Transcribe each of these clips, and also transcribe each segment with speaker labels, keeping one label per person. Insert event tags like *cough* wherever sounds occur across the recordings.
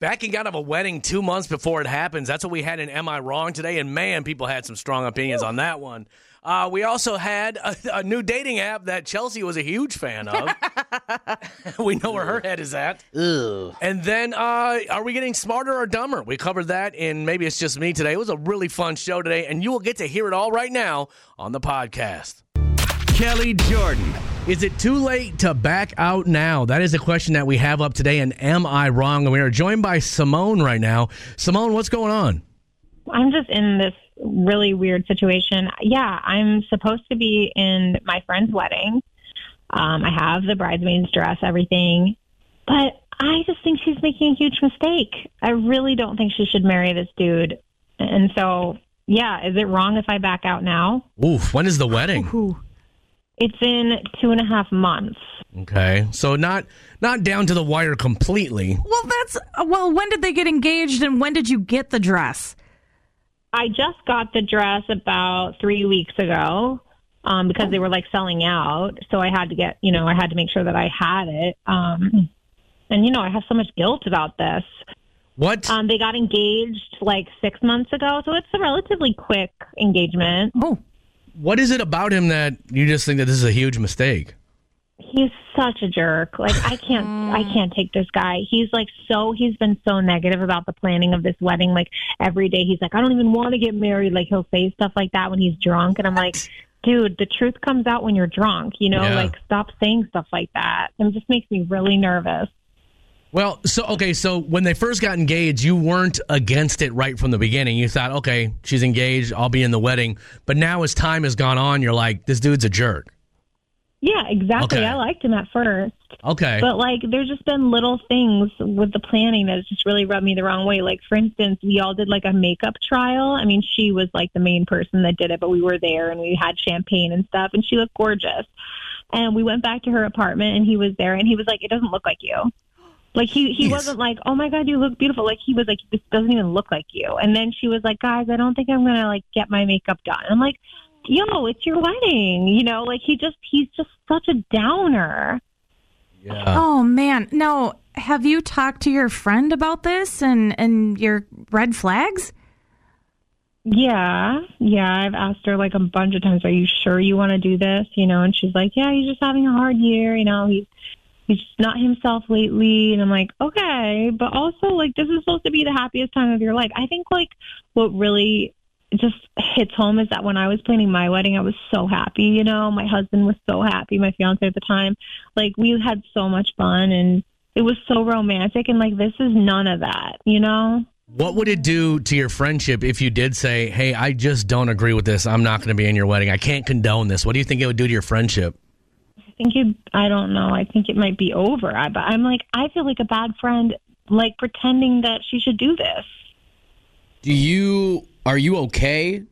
Speaker 1: Backing out of a wedding two months before it happens. That's what we had in Am I Wrong today. And man, people had some strong opinions on that one. Uh, we also had a, a new dating app that Chelsea was a huge fan of. *laughs* we know where her head is at.
Speaker 2: Ooh.
Speaker 1: And then, uh, are we getting smarter or dumber? We covered that in Maybe It's Just Me today. It was a really fun show today, and you will get to hear it all right now on the podcast.
Speaker 3: Kelly Jordan.
Speaker 1: Is it too late to back out now? That is a question that we have up today, and am I wrong? And we are joined by Simone right now. Simone, what's going on?
Speaker 4: I'm just in this really weird situation. Yeah, I'm supposed to be in my friend's wedding. Um, I have the bridesmaid's dress, everything, but I just think she's making a huge mistake. I really don't think she should marry this dude. And so, yeah, is it wrong if I back out now?
Speaker 1: Oof, when is the wedding?
Speaker 4: It's in two and a half months.
Speaker 1: Okay, so not not down to the wire completely.
Speaker 5: Well, that's uh, well. When did they get engaged, and when did you get the dress?
Speaker 4: I just got the dress about three weeks ago um, because they were like selling out. So I had to get, you know, I had to make sure that I had it. Um, and, you know, I have so much guilt about this.
Speaker 1: What?
Speaker 4: Um, they got engaged like six months ago. So it's a relatively quick engagement.
Speaker 5: Oh,
Speaker 1: What is it about him that you just think that this is a huge mistake?
Speaker 4: He's such a jerk. Like I can't, I
Speaker 1: Mm.
Speaker 4: can't take this guy. He's like so. He's been so negative about the planning of this wedding. Like every day, he's like, I don't even want to get married. Like he'll say stuff like that when he's drunk, and I'm like, dude, the truth comes out when you're drunk. You know,
Speaker 1: Yeah.
Speaker 4: like stop saying stuff like that. It just makes me really nervous.
Speaker 1: Well, so okay, so when they first got engaged, you weren't against it right from the beginning. You thought, okay, she's engaged, I'll be in the wedding. But now, as time has gone on, you're like, this dude's a jerk.
Speaker 4: Yeah, exactly.
Speaker 1: Okay.
Speaker 4: I liked him at first.
Speaker 1: Okay,
Speaker 4: But like, there's just been little things with the planning that just really rubbed me the wrong way. Like, for instance, we all did like a makeup trial. I mean, she was like the main person that did it, but we were there and we had champagne and stuff, and she looked gorgeous. And we went back to her apartment, and he was there, and he was like, "It doesn't look like you." Like he he
Speaker 1: Yes.
Speaker 4: wasn't like, "Oh my god, you look beautiful." Like he was like, "This doesn't even look like you." And then she was like, "Guys, I don't think I'm gonna like get my makeup done." I'm like. Yo, it's your wedding. You know, like he just, he's just such a downer.
Speaker 5: oh man. No, have you talked to your friend about this and and your red flags?
Speaker 4: Yeah, yeah. I've asked her like a bunch of times, "Are you sure you want to do this?" You know, and she's like, "Yeah, he's just having a hard year. You know, he's he's just not himself lately." And I'm like, "Okay, but also like this is supposed to be the happiest time of your life." I think like what really just hits home is that when I was planning my wedding, I was so happy. You know, my husband was so happy, my fiance at the time. Like we had so much fun and. It was so romantic, and like this is none of that, you know?
Speaker 1: what would it do to your friendship if you did say, hey, I just don't agree with this. I'm not going to be in your wedding. I can't condone this. What do you think it would do to your friendship?
Speaker 4: think it, I don't know. I think it might be over. I, but I'm like, I feel like a bad friend, like pretending that she should do this.
Speaker 2: Do you are you okay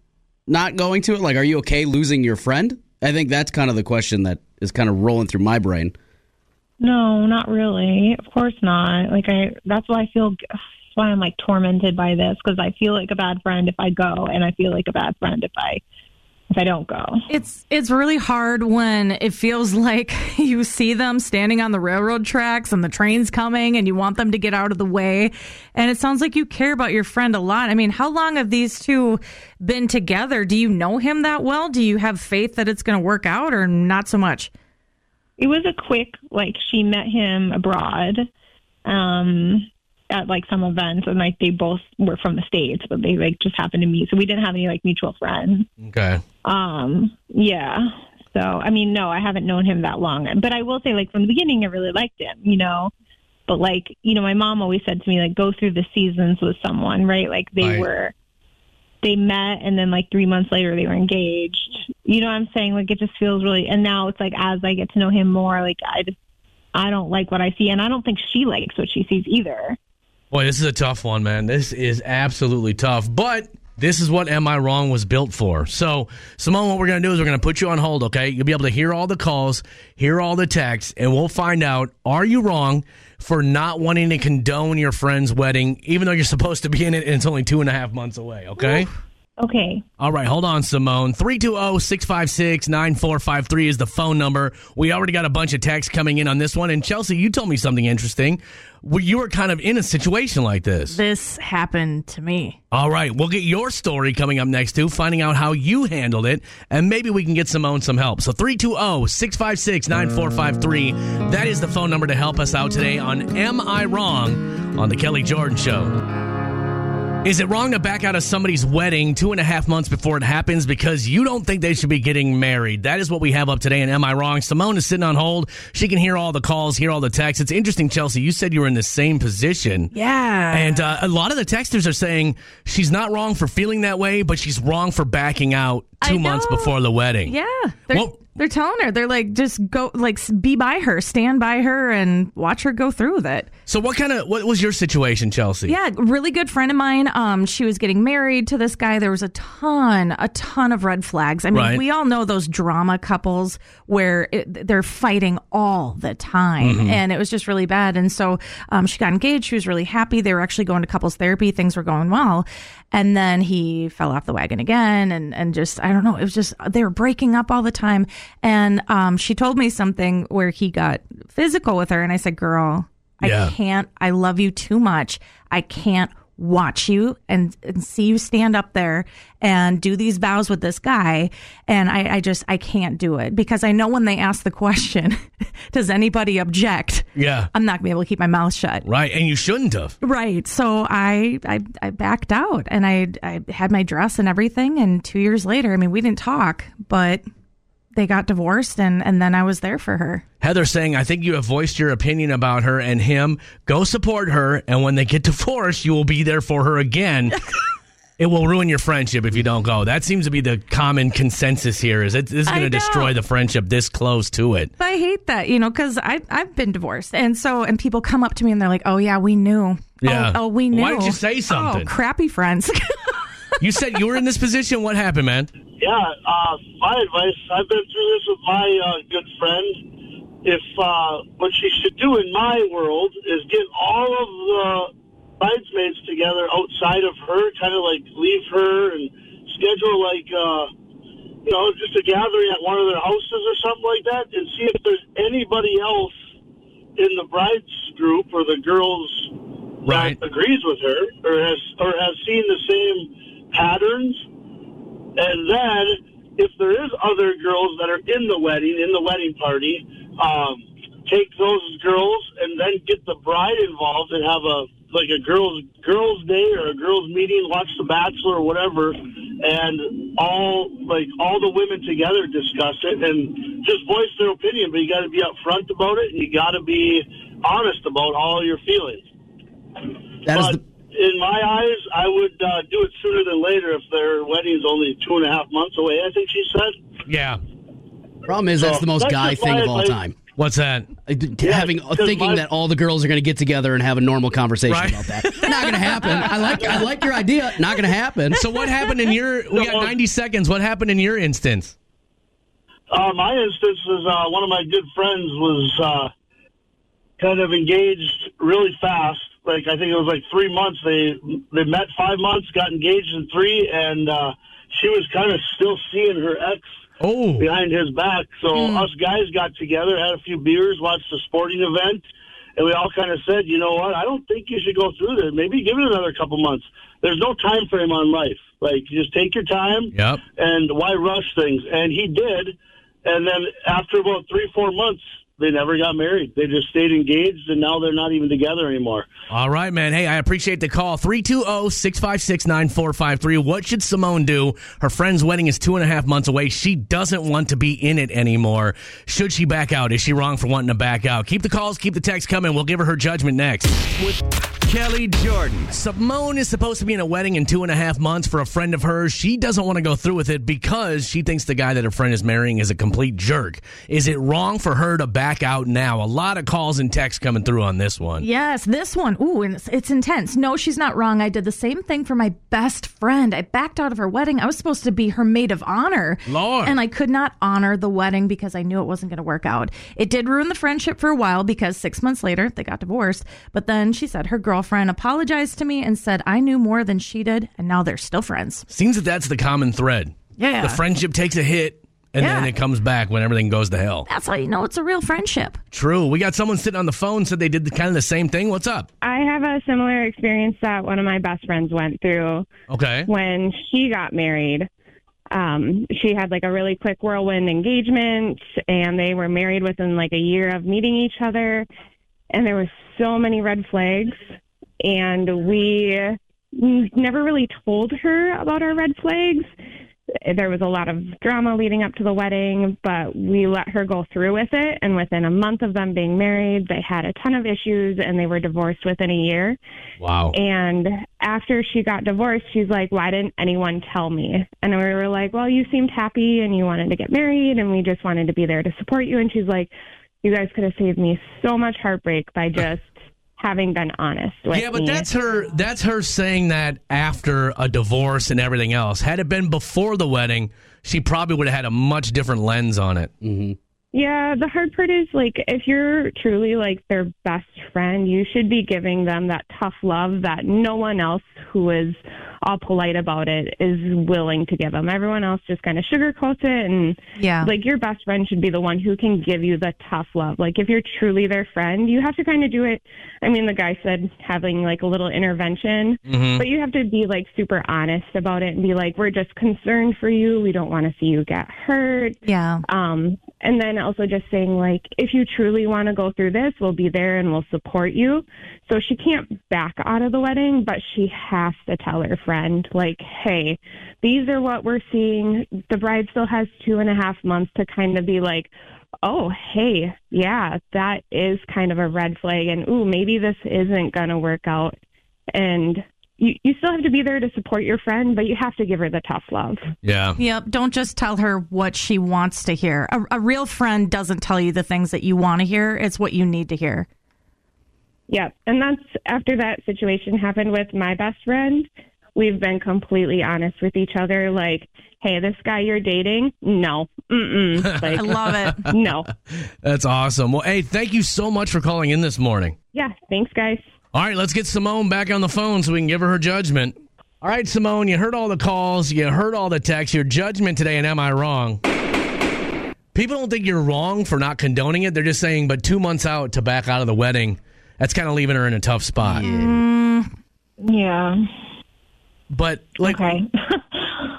Speaker 2: not going to it? Like, are you okay losing your friend? I think that's kind of the question that is kind of rolling through my brain.
Speaker 4: No, not really. Of course not. Like I, that's why I feel. That's why I'm like tormented by this because I feel like a bad friend if I go, and I feel like a bad friend if I if I don't go.
Speaker 5: It's it's really hard when it feels like *laughs* you see them standing on the railroad tracks and the train's coming and you want them to get out of the way. And it sounds like you care about your friend a lot. I mean, how long have these two been together? Do you know him that well? Do you have faith that it's going to work out or not so much?
Speaker 4: It was a quick like she met him abroad. Um at like some events and like they both were from the states but they like just happened to meet so we didn't have any like mutual friends
Speaker 1: Okay.
Speaker 4: Um, yeah. So, I mean, no, I haven't known him that long, but I will say, like from the beginning, I really liked him, you know. But like, you know, my mom always said to me, like, go through the seasons with someone, right? Like they
Speaker 1: Right.
Speaker 4: were, they met, and then like three months later, they were engaged. You know what I'm saying? Like it just feels really. And now it's like as I get to know him more, like I just, I don't like what I see, and I don't think she likes what she sees either.
Speaker 1: Boy, this is a tough one, man. This is absolutely tough. But this is what Am I Wrong was built for. So, Simone, what we're going to do is we're going to put you on hold, okay? You'll be able to hear all the calls, hear all the texts, and we'll find out are you wrong for not wanting to condone your friend's wedding, even though you're supposed to be in it and it's only two and a half months away, okay?
Speaker 4: Okay.
Speaker 1: All right, hold on, Simone. oh, 320 656 9453 is the phone number. We already got a bunch of texts coming in on this one. And Chelsea, you told me something interesting. Well, You were kind of in a situation like this.
Speaker 5: This happened to me.
Speaker 1: All right, we'll get your story coming up next, too, finding out how you handled it. And maybe we can get Simone some help. So oh, 320 656 9453. That is the phone number to help us out today on Am I Wrong on The Kelly Jordan Show. Is it wrong to back out of somebody's wedding two and a half months before it happens because you don't think they should be getting married? That is what we have up today. And am I wrong? Simone is sitting on hold. She can hear all the calls, hear all the texts. It's interesting, Chelsea. You said you were in the same position.
Speaker 5: Yeah.
Speaker 1: And uh, a lot of the texters are saying she's not wrong for feeling that way, but she's wrong for backing out
Speaker 5: I
Speaker 1: two months
Speaker 5: know.
Speaker 1: before the wedding.
Speaker 5: yeah. They're,
Speaker 1: Well-
Speaker 5: they're telling her. They're like, just go, like, s- be by her, stand by her, and watch her go through with it.
Speaker 1: So what kind of what was your situation, Chelsea?
Speaker 5: Yeah, really good friend of mine. Um, she was getting married to this guy. There was a ton, a ton of red flags. I mean,
Speaker 1: Right.
Speaker 5: we all know those drama couples where it, they're fighting all the time,
Speaker 1: Mm-hmm.
Speaker 5: and it was just really bad. And so um, she got engaged. She was really happy. They were actually going to couples therapy. Things were going well, and then he fell off the wagon again, and and just I don't know. It was just they were breaking up all the time. And um, she told me something where he got physical with her, and I said, "Girl." I
Speaker 1: Yeah.
Speaker 5: can't. I love you too much. I can't watch you and, and see you stand up there and do these vows with this guy. And I, I just, I can't do it because I know when they ask the question, *laughs* does anybody object?
Speaker 1: Yeah.
Speaker 5: I'm not going to be able to keep my mouth shut.
Speaker 1: Right. And you shouldn't have.
Speaker 5: Right. So I, I I backed out and I I had my dress and everything and 2 years later, I mean, we didn't talk, but they got divorced and and then I was there for her.
Speaker 1: Heather saying, I think you have voiced your opinion about her and him. Go support her, and when they get *laughs* divorced, you will be there for her
Speaker 5: *laughs*
Speaker 1: again. it will ruin your friendship if you don't go. That seems to be the common consensus here. Is it, this is
Speaker 5: I
Speaker 1: going to
Speaker 5: know.
Speaker 1: destroy the friendship this close to it?
Speaker 5: But I hate that, you know, because I I've been divorced, and so and people come up to me and they're like, "Oh yeah, we knew.
Speaker 1: Yeah.
Speaker 5: Oh, oh, we knew.
Speaker 1: Why did you say something?
Speaker 5: Oh, crappy friends. *laughs*
Speaker 1: You said you were in this position. What happened, man?
Speaker 6: Yeah, uh, my advice. I've been through this with my uh, good friend. If uh, what she should do in my world is get all of the bridesmaids together outside of her, kind of like leave her and schedule like uh, you know just a gathering at one of their houses or something like that, and see if there's anybody else in the bride's group or the girls
Speaker 1: Right.
Speaker 6: that agrees with her or has or has seen the same patterns. And then, if there is other girls that are in the wedding, in the wedding party, um, take those girls and then get the bride involved and have a like a girls girls day or a girls meeting, watch The Bachelor or whatever, and all like all the women together discuss it and just voice their opinion. But you got to be upfront about it and you got to be honest about all your feelings
Speaker 2: That is
Speaker 6: but
Speaker 2: the,
Speaker 6: in my eyes, I would uh, do it sooner than later if their wedding's only two and a half months away. I think she said.
Speaker 1: Yeah.
Speaker 2: problem is that's the most
Speaker 6: That's
Speaker 2: guy
Speaker 6: just
Speaker 2: thing
Speaker 6: my
Speaker 2: of all
Speaker 6: advice.
Speaker 2: time.
Speaker 1: What's that?
Speaker 2: I- d- Having uh,
Speaker 6: because
Speaker 2: thinking
Speaker 6: my-
Speaker 2: that all the girls are going to get together and have a normal conversation
Speaker 1: Right.
Speaker 2: about that. Not going to happen. I like I like your idea. Not going to happen.
Speaker 1: So what happened in your? We got
Speaker 6: No.
Speaker 1: ninety seconds. What happened in your instance?
Speaker 6: Uh, my instance is uh, one of my good friends was uh, kind of engaged really fast. Like I think it was like three months. They they met five months, got engaged in three, and uh, she was kind of still seeing her ex
Speaker 1: Oh,
Speaker 6: behind his back. So us guys got together, had a few beers, watched a sporting event, and we all kind of said, you know what? I don't think you should go through this. Maybe give it another couple months. There's no time frame on life. Like you just take your time.
Speaker 1: Yep.
Speaker 6: And why rush things? And he did. And then after about three, four months, they never got married. They just stayed engaged, and now they're not even together anymore.
Speaker 1: All right, man. Hey, I appreciate the call. oh, 320 656 9453. What should Simone do? Her friend's wedding is two and a half months away. She doesn't want to be in it anymore. Should she back out? Is she wrong for wanting to back out? Keep the calls, keep the texts coming. We'll give her her judgment next.
Speaker 3: Kelly Jordan.
Speaker 1: Simone is supposed to be in a wedding in two and a half months for a friend of hers. She doesn't want to go through with it because she thinks the guy that her friend is marrying is a complete jerk. Is it wrong for her to back? back out now. A lot of calls and texts coming through on this one.
Speaker 5: Yes, this one. Ooh, and it's, it's intense. No, she's not wrong. I did the same thing for my best friend. I backed out of her wedding. I was supposed to be her maid of honor.
Speaker 1: Lord.
Speaker 5: And I could not honor the wedding because I knew it wasn't going to work out. It did ruin the friendship for a while because six months later, they got divorced. But then she said her girlfriend apologized to me and said, I knew more than she did. And now they're still friends.
Speaker 1: Seems that that's the common thread.
Speaker 5: Yeah.
Speaker 1: The friendship takes a hit and
Speaker 5: Yeah.
Speaker 1: then it comes back when everything goes to hell.
Speaker 5: That's how you know it's a real friendship.
Speaker 1: True. We got someone sitting on the phone said they did the, kind of the same thing. What's up?
Speaker 4: I have a similar experience that one of my best friends went through
Speaker 1: Okay.
Speaker 4: when she got married. Um, she had like a really quick whirlwind engagement, and they were married within like a year of meeting each other. And there was so many red flags, and we n- never really told her about our red flags. There was a lot of drama leading up to the wedding, but we let her go through with it. And within a month of them being married, they had a ton of issues and they were divorced within a year.
Speaker 1: Wow.
Speaker 4: And after she got divorced, she's like, Why didn't anyone tell me? And we were like, Well, you seemed happy and you wanted to get married and we just wanted to be there to support you. And she's like, You guys could have saved me so much
Speaker 1: *laughs*
Speaker 4: heartbreak by just having been honest with
Speaker 1: Yeah, but
Speaker 4: me.
Speaker 1: that's her that's her saying that after a divorce and everything else. Had it been before the wedding, she probably would have had a much different lens on it.
Speaker 4: Yeah, the hard part is like if you're truly like their best friend, you should be giving them that tough love that no one else who is all polite about it is willing to give them. Everyone else just kind of sugarcoats it and
Speaker 5: Yeah.
Speaker 4: like your best friend should be the one who can give you the tough love. Like if you're truly their friend, you have to kind of do it. I mean, the guy said having like a little intervention, but you have to be like super honest about it and be like, we're just concerned for you. We don't want to see you get hurt.
Speaker 5: yeah.
Speaker 4: Um, and then also just saying like, if you truly want to go through this, we'll be there and we'll support you. So she can't back out of the wedding, but she has to tell her friend like, hey, these are what we're seeing. The bride still has two and a half months to kind of be like, oh, hey, yeah, that is kind of a red flag, and ooh, maybe this isn't gonna work out. And you, you still have to be there to support your friend, but you have to give her the tough love.
Speaker 1: Yeah.
Speaker 5: Yep. Don't just tell her what she wants to hear. A, a real friend doesn't tell you the things that you want to hear, it's what you need to hear.
Speaker 4: Yep. And that's after that situation happened with my best friend. We've been completely honest with each other. Like, hey, this guy you're dating? No. Mm-mm.
Speaker 5: I
Speaker 4: Like,
Speaker 5: love it.
Speaker 4: no.
Speaker 1: That's awesome. Well, hey, thank you so much for calling in this morning.
Speaker 4: Yeah. Thanks, guys.
Speaker 1: All right, let's get Simone back on the phone so we can give her her judgment. All right, Simone, you heard all the calls, you heard all the texts, your judgment today, and am I wrong? People don't think you're wrong for not condoning it. They're just saying, but two months out to back out of the wedding, that's kind of leaving her in a tough spot.
Speaker 7: Yeah.
Speaker 1: But like,
Speaker 7: Okay.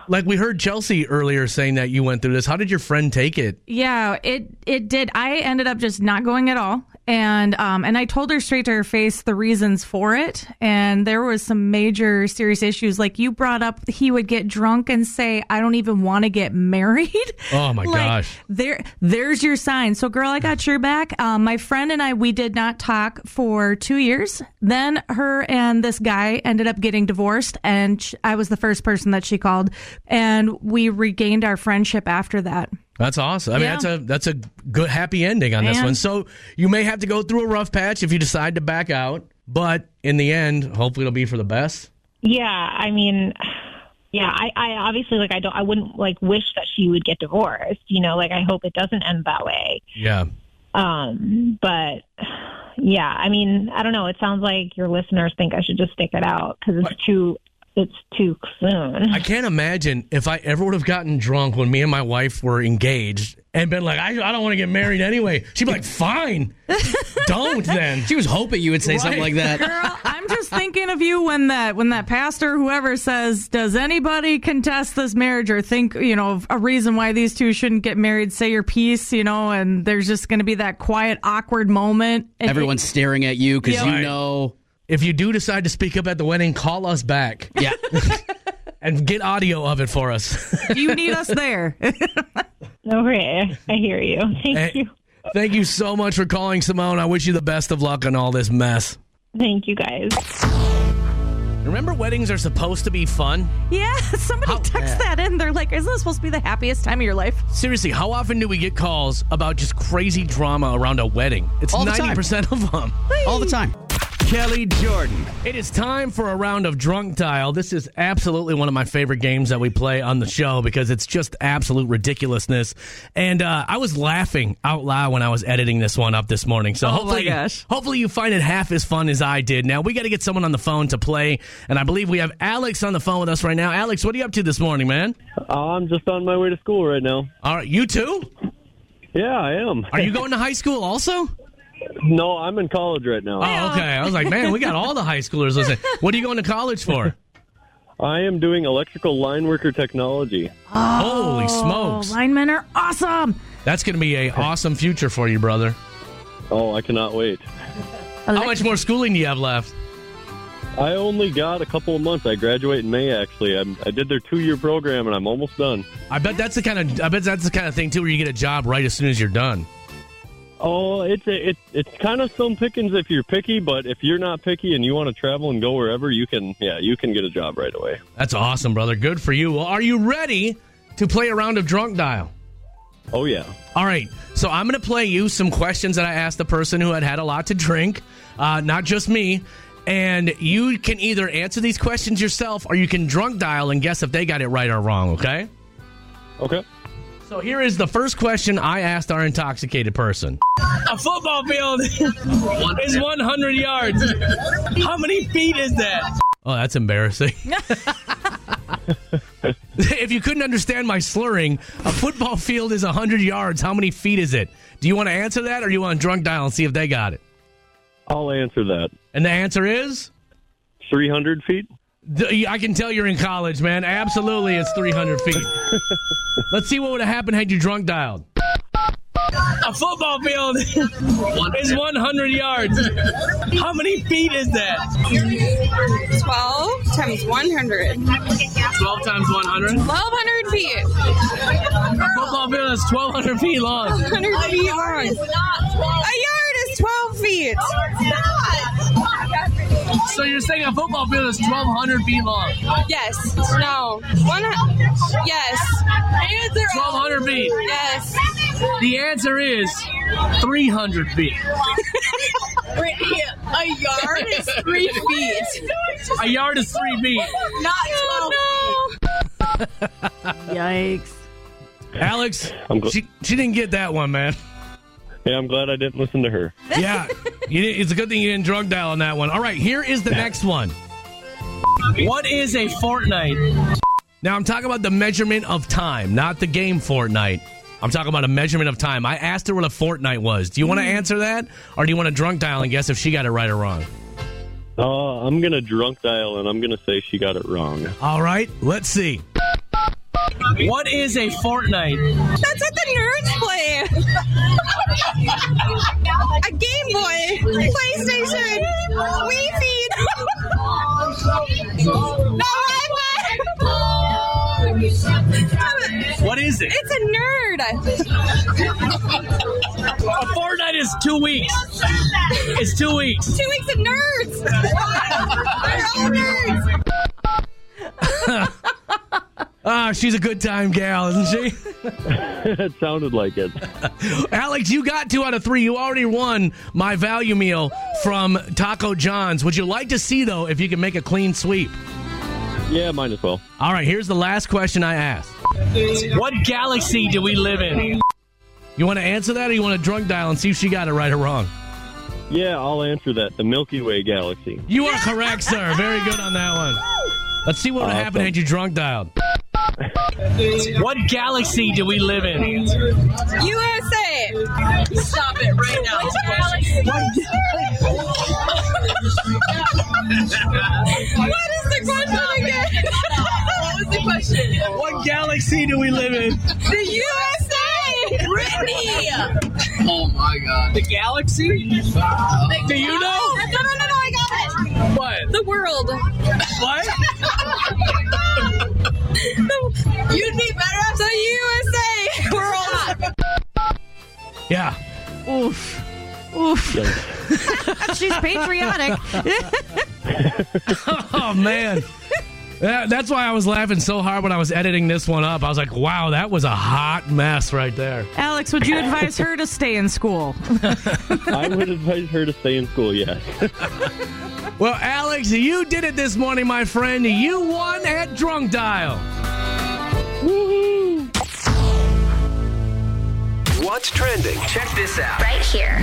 Speaker 1: like we heard Chelsea earlier saying that you went through this. How did your friend take it?
Speaker 5: Yeah, it it did. I ended up just not going at all, and um, and I told her straight to her face the reasons for it, and there was some major serious issues. Like you brought up, he would get drunk and say, "I don't even want to get *laughs* married."
Speaker 1: Oh, my
Speaker 5: Like,
Speaker 1: gosh.
Speaker 5: There, there's your sign. So, girl, I got your back. Um, my friend and I, we did not talk for two years. Then her and this guy ended up getting divorced, and sh- I was the first person that she called, and we regained our friendship after that.
Speaker 1: That's awesome. I mean,
Speaker 5: Yeah.
Speaker 1: that's a that's a good happy ending on this
Speaker 5: Man.
Speaker 1: one. So you may have to go through a rough patch if you decide to back out, but in the end, hopefully it'll be for the best.
Speaker 7: Yeah, I mean, yeah, I, I obviously like I don't I wouldn't like wish that she would get divorced, you know, like I hope it doesn't end that way.
Speaker 1: Yeah.
Speaker 7: Um, but yeah, I mean, I don't know, it sounds like your listeners think I should just stick it out cuz it's too it's too soon.
Speaker 1: I can't imagine if I ever would have gotten drunk when me and my wife were engaged and been like, I, I don't want to get married anyway. She'd be like, fine, don't then.
Speaker 2: She was hoping you would say something
Speaker 1: Right.
Speaker 2: like that.
Speaker 5: Girl, I'm just thinking of you when that when that pastor whoever says, "Does anybody contest this marriage or think you know of a reason why these two shouldn't get married?" Say your piece, you know, and there's just going to be that quiet, awkward moment. And
Speaker 2: Everyone's staring at you because
Speaker 5: Yeah.
Speaker 2: you know.
Speaker 1: If you do decide to speak up at the wedding, call us back
Speaker 2: Yeah.
Speaker 1: *laughs* and get audio of it for us.
Speaker 5: you need us there. *laughs*
Speaker 7: Okay, I
Speaker 8: *laughs*
Speaker 7: hear you. Thank
Speaker 1: Hey,
Speaker 7: you.
Speaker 1: Thank you so much for calling, Simone. I wish you the best of luck on all this mess.
Speaker 7: Thank you guys.
Speaker 1: Remember, weddings are supposed to be fun.
Speaker 5: Yeah, somebody texts that in. They're like, isn't this supposed to be the happiest time of your life?
Speaker 1: Seriously, how often do we get calls about just crazy drama around a wedding? It's
Speaker 2: All the time.
Speaker 1: 90% of them.
Speaker 2: all the time.
Speaker 3: Kelly Jordan.
Speaker 1: It is time for a round of drunk dial. This is absolutely one of my favorite games that we play on the show because it's just absolute ridiculousness. And uh, I was laughing out loud when I was editing this one up this morning. So
Speaker 5: Oh my
Speaker 1: hopefully,
Speaker 5: gosh.
Speaker 1: hopefully you find it half as fun as I did. Now we got to get someone on the phone to play, and I believe we have Alex on the phone with us right now. Alex, what are you up to this morning, man?
Speaker 9: I'm just on my way to school right now.
Speaker 1: All right, you too.
Speaker 9: Yeah, I am.
Speaker 1: Are you going to high school
Speaker 5: *laughs*
Speaker 1: also?
Speaker 9: No, I'm in college right now.
Speaker 1: Oh, okay. I was like, man, we got all the high schoolers listening. What are you going to college for?
Speaker 9: I am doing electrical line worker technology.
Speaker 1: Holy smokes.
Speaker 5: *laughs* Oh, linemen are awesome.
Speaker 1: That's going to be a awesome future for you, brother.
Speaker 9: Oh, I cannot wait.
Speaker 1: How much more schooling do you have left?
Speaker 9: I only got a couple of months. I graduate in May, actually. I'm, I did their two year program and I'm almost done.
Speaker 1: I bet that's the kind of I bet that's the kind of thing too where you get a job right as soon as you're done.
Speaker 9: Oh, it's a, it, it's kind of some pickings if you're picky, but if you're not picky and you want to travel and go wherever, you can yeah, you can get a job right away.
Speaker 1: That's awesome, brother. Good for you. Well, are you ready to play a round of drunk dial?
Speaker 9: Oh yeah.
Speaker 1: All right. So I'm going to play you some questions that I asked the person who had had a lot to drink, uh, not just me. And you can either answer these questions yourself or you can drunk dial and guess if they got it right or wrong, okay?
Speaker 9: Okay.
Speaker 1: So here is the first question I asked our intoxicated person. A football field is 100 yards. How many feet is that? Oh, that's embarrassing. if you couldn't understand my slurring, a football field is 100 yards. How many feet is it? Do you want to answer that or do you want to drunk dial and see if they got it?
Speaker 9: I'll answer that.
Speaker 1: And the answer is
Speaker 9: Three hundred feet?
Speaker 1: th- I can tell you're in college, man. Absolutely, it's 300
Speaker 9: *laughs*
Speaker 1: feet. Let's see what would have happened had you drunk dialed. A football field *laughs* is 100 yards. How many feet is that?
Speaker 10: 12 times 100.
Speaker 1: 12 times 100.
Speaker 10: 1,200 feet.
Speaker 1: Football field is 1,200 feet long.
Speaker 10: 100 feet long. A yard is 12 feet.
Speaker 1: So you're saying a football field is 1,200 feet long?
Speaker 10: Yes. No. One. Yes.
Speaker 1: 1,200 feet.
Speaker 10: Yes.
Speaker 1: The answer is 300 feet.
Speaker 10: A yard is three feet.
Speaker 1: A yard is three feet.
Speaker 10: Not 12
Speaker 5: Yikes.
Speaker 1: Alex,
Speaker 9: I'm gl-
Speaker 1: she, she didn't get that one, man.
Speaker 9: Yeah, I'm glad I didn't listen to her.
Speaker 1: Yeah, you didn't- it's a good thing you didn't drug dial on that one. All right, here is the next one. What is a fortnight? Now I'm talking about the measurement of time, not the game Fortnite. I'm talking about a measurement of time. I asked her what a fortnight was. Do you want to answer that, or do you want to drunk dial and guess if she got it right or wrong?
Speaker 9: Oh, I'm gonna drunk dial and I'm gonna say she got it wrong. *laughs*
Speaker 1: All right, let's see. What is a fortnight?
Speaker 10: That's what the nerds play. *laughs* A Game Boy, PlayStation, Wii Feed. *laughs* no Wi-Fi.
Speaker 1: What is it?
Speaker 10: It's a nerd.
Speaker 1: A fortnight is two weeks. It's two weeks.
Speaker 10: Two weeks of nerds. *laughs* We're all nerds.
Speaker 1: Ah, she's a good time gal, isn't she?
Speaker 9: it sounded like it.
Speaker 1: Alex, you got two out of three. You already won my value meal from Taco John's. Would you like to see, though, if you can make a clean sweep?
Speaker 9: Yeah, might as well.
Speaker 1: All right, here's the last question I asked What galaxy do we live in? You want to answer that or you want to drunk dial and see if she got it right or wrong?
Speaker 9: Yeah, I'll answer that. The Milky Way galaxy.
Speaker 1: You are correct, sir. Very good on that one. Let's see what would
Speaker 9: Awesome.
Speaker 1: happen had you drunk dialed. What galaxy do we live in?
Speaker 10: USA. Stop it right now. what is the question again? what was the question?
Speaker 1: What galaxy do we live in?
Speaker 10: The USA. Brittany.
Speaker 1: The galaxy? Do you know?
Speaker 10: Oh, No, no, no, no, I got it.
Speaker 1: What?
Speaker 10: The world.
Speaker 1: What?
Speaker 10: *laughs* The- You'd be better off the USA world.
Speaker 1: Yeah.
Speaker 5: Oof. Oof. She's patriotic.
Speaker 1: Oh man. That- that's why I was laughing so hard when I was editing this one up. I was like, "Wow, that was a hot mess right there."
Speaker 5: Alex, would you advise her to stay in school?
Speaker 9: I would advise her to stay in school, yes.
Speaker 1: Well, Alex, you did it this morning, my friend. You won at Drunk Dial.
Speaker 3: What's trending?
Speaker 8: Check this out. Right here.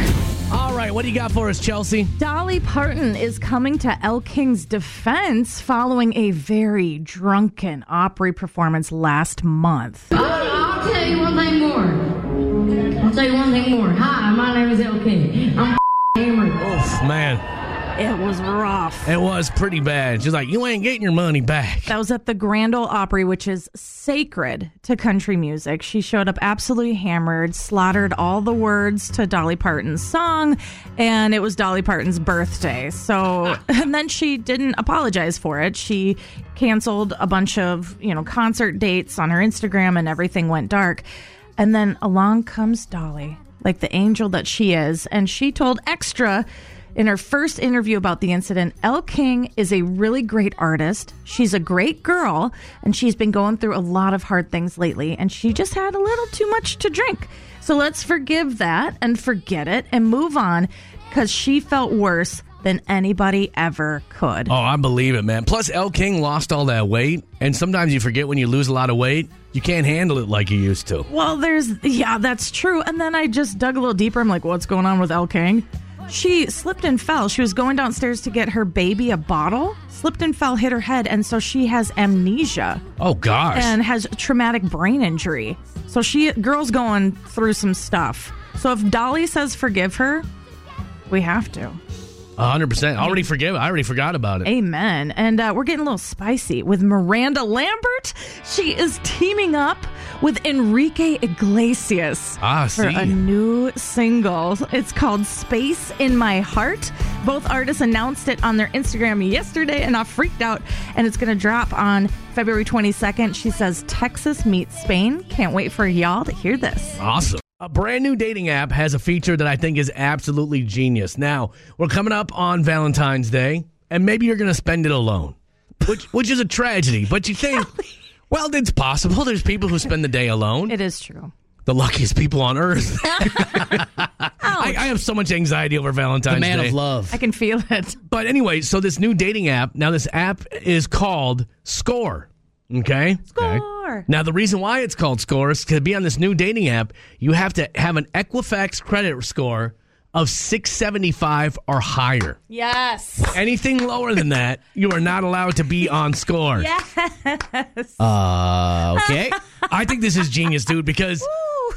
Speaker 1: All right, what do you got for us, Chelsea?
Speaker 5: Dolly Parton is coming to El King's defense following a very drunken Opry performance last month.
Speaker 11: I'll I'll tell you one thing more. I'll tell you one thing more. Hi, my name is LK. I'm hammered.
Speaker 1: Man,
Speaker 5: It was rough.
Speaker 1: it was pretty bad. She's like, "You ain't getting your money back."
Speaker 5: That was at the Grand Ole Opry, which is sacred to country music. She showed up absolutely hammered, slaughtered all the words to Dolly Parton's song, and it was Dolly Parton's birthday. So, and then she didn't apologize for it. She canceled a bunch of, you know, concert dates on her Instagram and everything went dark. And then along comes Dolly, like the angel that she is, and she told Extra in her first interview about the incident, Elle King is a really great artist. She's a great girl, and she's been going through a lot of hard things lately, and she just had a little too much to drink. So let's forgive that and forget it and move on because she felt worse than anybody ever could.
Speaker 1: Oh, I believe it, man. Plus, El King lost all that weight, and sometimes you forget when you lose a lot of weight, you can't handle it like you used to.
Speaker 5: Well, there's, yeah, that's true. And then I just dug a little deeper. I'm like, what's going on with El King? She slipped and fell. She was going downstairs to get her baby a bottle, slipped and fell, hit her head, and so she has amnesia.
Speaker 1: Oh gosh.
Speaker 5: and has traumatic brain injury. So she girl's going through some stuff. So if Dolly says forgive her, we have to.
Speaker 1: hundred percent. Already forgive. I already forgot about it.
Speaker 5: Amen. And uh, we're getting a little spicy with Miranda Lambert. She is teaming up with Enrique Iglesias
Speaker 1: Ah,
Speaker 5: for
Speaker 1: see.
Speaker 5: a new single. It's called Space in My Heart. Both artists announced it on their Instagram yesterday and I freaked out. And it's going to drop on February 22nd. She says, Texas meets Spain. Can't wait for y'all to hear this.
Speaker 1: Awesome. A brand new dating app has a feature that I think is absolutely genius. Now, we're coming up on Valentine's Day, and maybe you're going to spend it alone, which which is a tragedy, but you
Speaker 5: *laughs*
Speaker 1: think, well, it's possible. There's people who spend the day alone.
Speaker 5: It is true.
Speaker 1: the luckiest people on
Speaker 2: *laughs*
Speaker 1: earth. I, I have so much anxiety over Valentine's
Speaker 2: The man
Speaker 1: Day.
Speaker 2: of love.
Speaker 5: I can feel it.
Speaker 1: But anyway, so this new dating app, now this app is called Score. Okay? Score.
Speaker 5: Score.
Speaker 1: Now, the reason why it's called Score is to be on this new dating app, you have to have an Equifax credit score of 675 or higher.
Speaker 5: Yes.
Speaker 1: Anything lower than that, you are not allowed to be on Score.
Speaker 2: Uh, okay.
Speaker 1: I think this is genius, dude,
Speaker 5: *laughs*
Speaker 1: because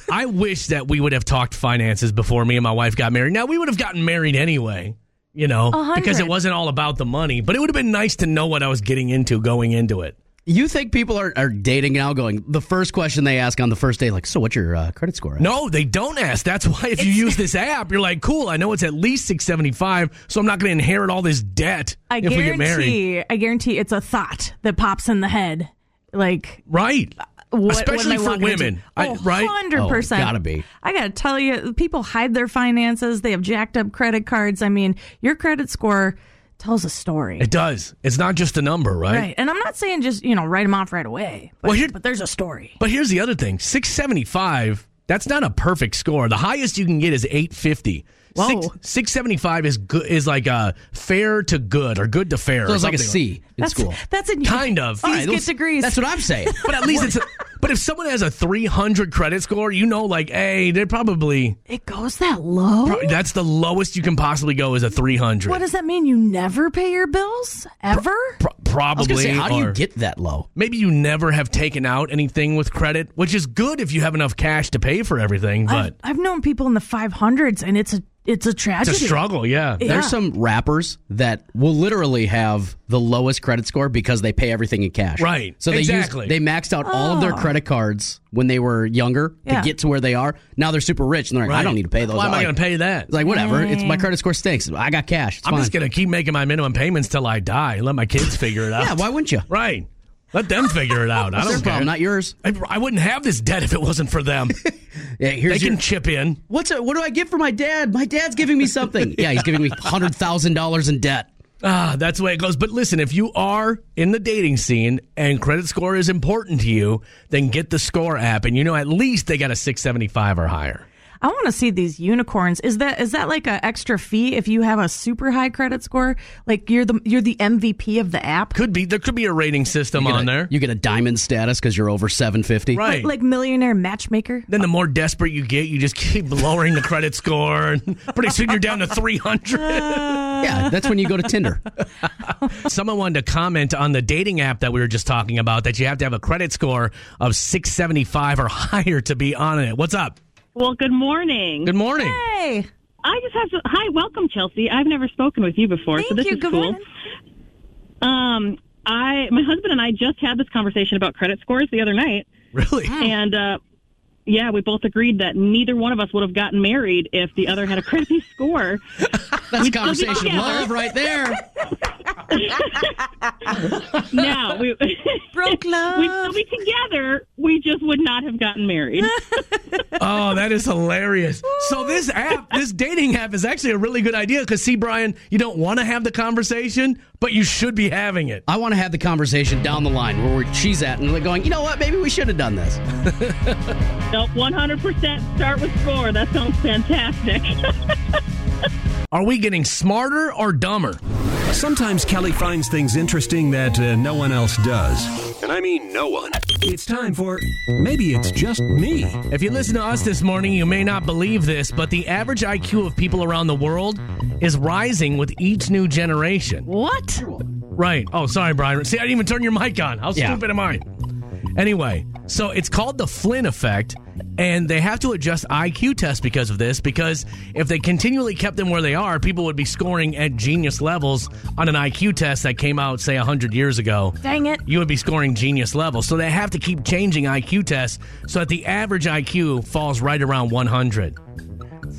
Speaker 1: I wish that we would have talked finances before me and my wife got married. Now, we would have gotten married anyway, you know,
Speaker 5: hundred.
Speaker 1: because it wasn't all about the money, but it would have been nice to know what I was getting into going into it.
Speaker 2: you think people are, are dating now going, the first question they ask on the first day, like, so what's your uh, credit score? at?"
Speaker 1: No, they don't ask. That's why if you use
Speaker 5: *laughs*
Speaker 1: this app, you're like, cool, I know it's at least 675, so I'm not going to inherit all this debt
Speaker 5: I
Speaker 1: if we get married.
Speaker 5: guarantee. I guarantee it's a thought that pops in the head. Like
Speaker 1: Right.
Speaker 5: what,
Speaker 1: Especially
Speaker 5: what am I
Speaker 1: for
Speaker 5: walking into?
Speaker 1: women. I-
Speaker 5: Oh,
Speaker 1: right?
Speaker 5: 100%.
Speaker 2: Oh, gotta be.
Speaker 5: I got to tell you, people hide their finances. They have jacked up credit cards. I mean, your credit score tells a story.
Speaker 1: It does. It's not just a number, right?
Speaker 5: right. And I'm not saying just, you know, write them off right away. But,
Speaker 1: Well, here-
Speaker 5: but there's a story.
Speaker 1: But here's the other thing 675, that's not a perfect score. The highest you can get is 850.
Speaker 5: Whoa.
Speaker 1: 675 is good is like a fair to good or good to fair.
Speaker 2: So
Speaker 1: or
Speaker 2: it's like a
Speaker 1: something.
Speaker 2: C in
Speaker 5: That's
Speaker 2: school.
Speaker 5: That's in
Speaker 1: Kind of.
Speaker 5: These
Speaker 1: All right,
Speaker 5: get
Speaker 1: let's-
Speaker 5: degrees.
Speaker 2: That's what
Speaker 5: *laughs*
Speaker 2: I'm saying.
Speaker 1: But at least it's a, but if someone has a 300 credit score, you know like hey, they're probably
Speaker 5: it goes that low.
Speaker 1: that's the lowest you can possibly go is a 300.
Speaker 5: what does that mean? You never pay your bills ever?
Speaker 1: Pro-
Speaker 2: I
Speaker 1: probably
Speaker 2: was gonna say, how do
Speaker 1: or-
Speaker 2: you get that low?
Speaker 1: Maybe you never have taken out anything with credit, which is good if you have enough cash to pay for everything,
Speaker 5: I've,
Speaker 1: but
Speaker 5: I've known people in the 500s, and it's a it's a tragedy.
Speaker 1: it's a struggle, yeah.
Speaker 5: Yeah.
Speaker 2: There's some rappers that will literally have the lowest credit score because they pay everything in cash.
Speaker 1: Right.
Speaker 2: So they used-
Speaker 1: Exactly.
Speaker 2: they maxed out all of their credit cards when they were younger
Speaker 5: Oh. Yeah.
Speaker 2: to get to where they are. Now they're super rich and they're like, I
Speaker 1: Right.
Speaker 2: don't need to pay those.
Speaker 1: Why am I
Speaker 2: like-
Speaker 1: going to pay that?
Speaker 2: It's like whatever. It's my credit score stinks. I got cash. It's
Speaker 1: I'm
Speaker 2: fine.
Speaker 1: just gonna keep making my minimum payments till I die. and Let my kids figure it out.
Speaker 2: Yeah. Why wouldn't you?
Speaker 1: Right. Let them figure it out. I
Speaker 2: It's
Speaker 1: don't
Speaker 2: their
Speaker 1: care.
Speaker 2: problem, not yours.
Speaker 1: I, I wouldn't have this debt if it wasn't for
Speaker 2: *laughs*
Speaker 1: them.
Speaker 2: Yeah.
Speaker 1: they
Speaker 2: Here's
Speaker 1: can
Speaker 2: your.
Speaker 1: chip in. *laughs*
Speaker 2: What's a, what do I get for my dad? My dad's giving me something. yeah, he's giving me hundred thousand dollars in debt.
Speaker 1: Ah, that's the way it goes. But listen, if you are in the dating scene and credit score is important to you, then get the Score app, and you know at least they got a 675 or higher.
Speaker 5: I want to see these unicorns. Is that is that like an extra fee if you have a super high credit score? Like you're the you're the MVP of the app.
Speaker 1: Could be there could be a rating system
Speaker 2: You get
Speaker 1: on
Speaker 2: a-
Speaker 1: there.
Speaker 2: You get a diamond status because you're over 750.
Speaker 1: Right.
Speaker 5: Like, like millionaire matchmaker.
Speaker 1: then the more desperate you get, you just keep lowering the credit score, *laughs* and pretty soon you're down to 300.
Speaker 2: Yeah, that's when you go to Tinder.
Speaker 1: Someone wanted to comment on the dating app that we were just talking about that you have to have a credit score of 675 or higher to be on it. What's up?
Speaker 8: Well, good morning.
Speaker 1: Good morning.
Speaker 5: Hey,
Speaker 8: I just have some, hi, welcome Chelsea. I've never spoken with you before, so
Speaker 5: Thank
Speaker 8: this
Speaker 5: you.
Speaker 8: is
Speaker 5: Good
Speaker 8: cool.
Speaker 5: morning.
Speaker 8: Um, I my husband and I just had this conversation about credit scores the other night,
Speaker 1: *laughs* Really?
Speaker 5: Hmm.
Speaker 8: and uh, yeah, we both agreed that neither one of us would have gotten married if the other had a
Speaker 5: *laughs*
Speaker 8: credit score.
Speaker 2: That's
Speaker 8: We'd still be
Speaker 2: conversation
Speaker 8: together.
Speaker 2: love right there.
Speaker 8: Now we *laughs*
Speaker 5: broke
Speaker 8: we'd
Speaker 5: love.
Speaker 8: still be together. We just would not have gotten
Speaker 5: *laughs*
Speaker 8: married.
Speaker 1: Oh, that is hilarious. So this app, this dating app is actually a really good idea because see, Brian, you don't want to have the conversation, but you should be having it.
Speaker 2: I want to have the conversation down the line where we're, she's at and like going, you know what? Maybe we should have done this.
Speaker 8: Nope, one hundred percent. Start with score. That sounds fantastic. *laughs*
Speaker 1: Are we getting smarter or dumber?
Speaker 3: Sometimes Kelly finds things interesting that uh, no one else does. And I mean no one. It's time for Maybe It's Just Me.
Speaker 1: If you listen to us this morning, you may not believe this, but the average IQ of people around the world is rising with each new generation.
Speaker 5: What?
Speaker 1: Right. Oh, sorry, Brian. See, I didn't even turn your mic on. How
Speaker 2: Yeah.
Speaker 1: stupid am I? Anyway, so it's called the Flynn effect, and they have to adjust IQ tests because of this. Because if they continually kept them where they are, people would be scoring at genius levels on an IQ test that came out, say, 100 years ago.
Speaker 5: Dang it.
Speaker 1: You would be scoring genius levels. So they have to keep changing IQ tests so that the average IQ falls right around 100.